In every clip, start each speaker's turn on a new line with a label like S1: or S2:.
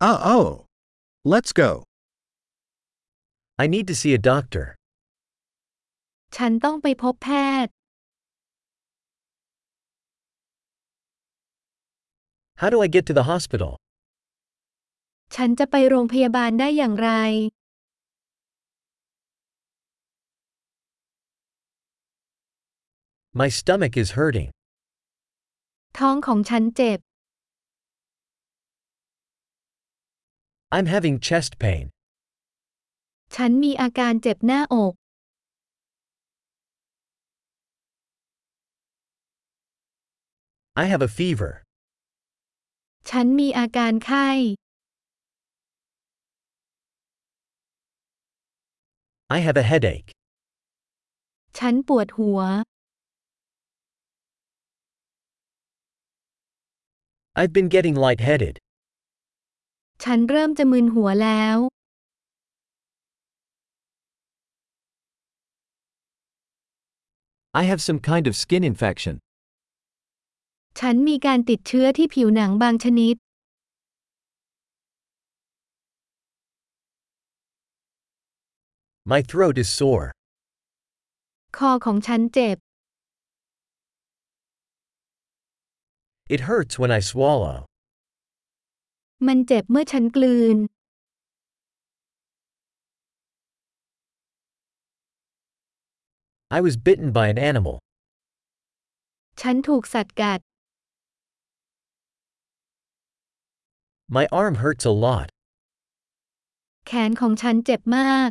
S1: Uh oh. Let's go.
S2: I need to see a doctor.
S3: ฉันต้องไปพบแพทย์
S2: How do I get to the hospital?
S3: ฉันจะไปโรงพยาบาลได้อย่างไร
S2: My stomach is hurting.
S3: ท้องของฉันเจ็บ
S2: I'm having chest pain.
S3: ฉันมีอาการเจ็บหน้าอก
S2: I have a fever.
S3: ฉันมีอาการไข้
S2: I have a headache.
S3: ฉันปวดหัว
S2: I've been getting lightheaded.
S3: ฉันเริ่มจะมึนหัวแล้ว
S2: I have some kind of skin infection.
S3: ฉันมีการติดเชื้อที่ผิวหนังบางชนิด
S2: My throat is sore.
S3: คอของฉันเจ็บ
S2: It hurts when I swallow.
S3: มันเจ็บเมื่อฉันกลืน
S2: I was bitten by an animal.
S3: ฉันถูกสัตว์กัด
S2: My arm hurts a lot.
S3: แขนของฉันเจ็บมาก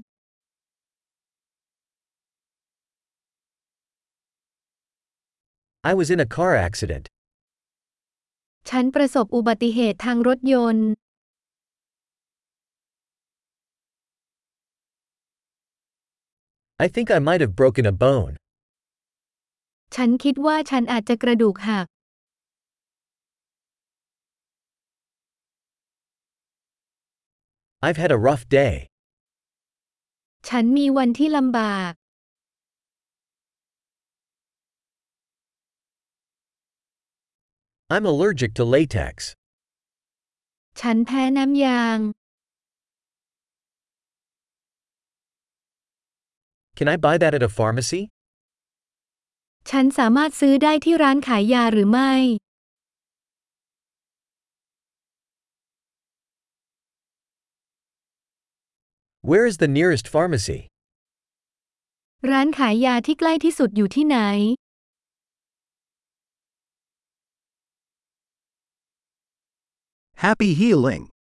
S2: I was in a car accident.
S3: ฉันประสบอุบัติเหตุทางรถยนต์
S2: I think I might have broken a bone.
S3: ฉันคิดว่าฉันอาจจะกระดูกหัก
S2: I've had a rough day.
S3: ฉันมีวันที่ลำบาก
S2: I'm allergic to latex.
S3: ฉันแพ้น้ำยาง
S2: Can I buy that at a pharmacy?
S3: ฉันสามารถซื้อได้ที่ร้านขายยาหรือไม่
S2: Where is the nearest pharmacy?
S3: ร้านขายยาที่ใกล้ที่สุดอยู่ที่ไหน
S1: Happy healing.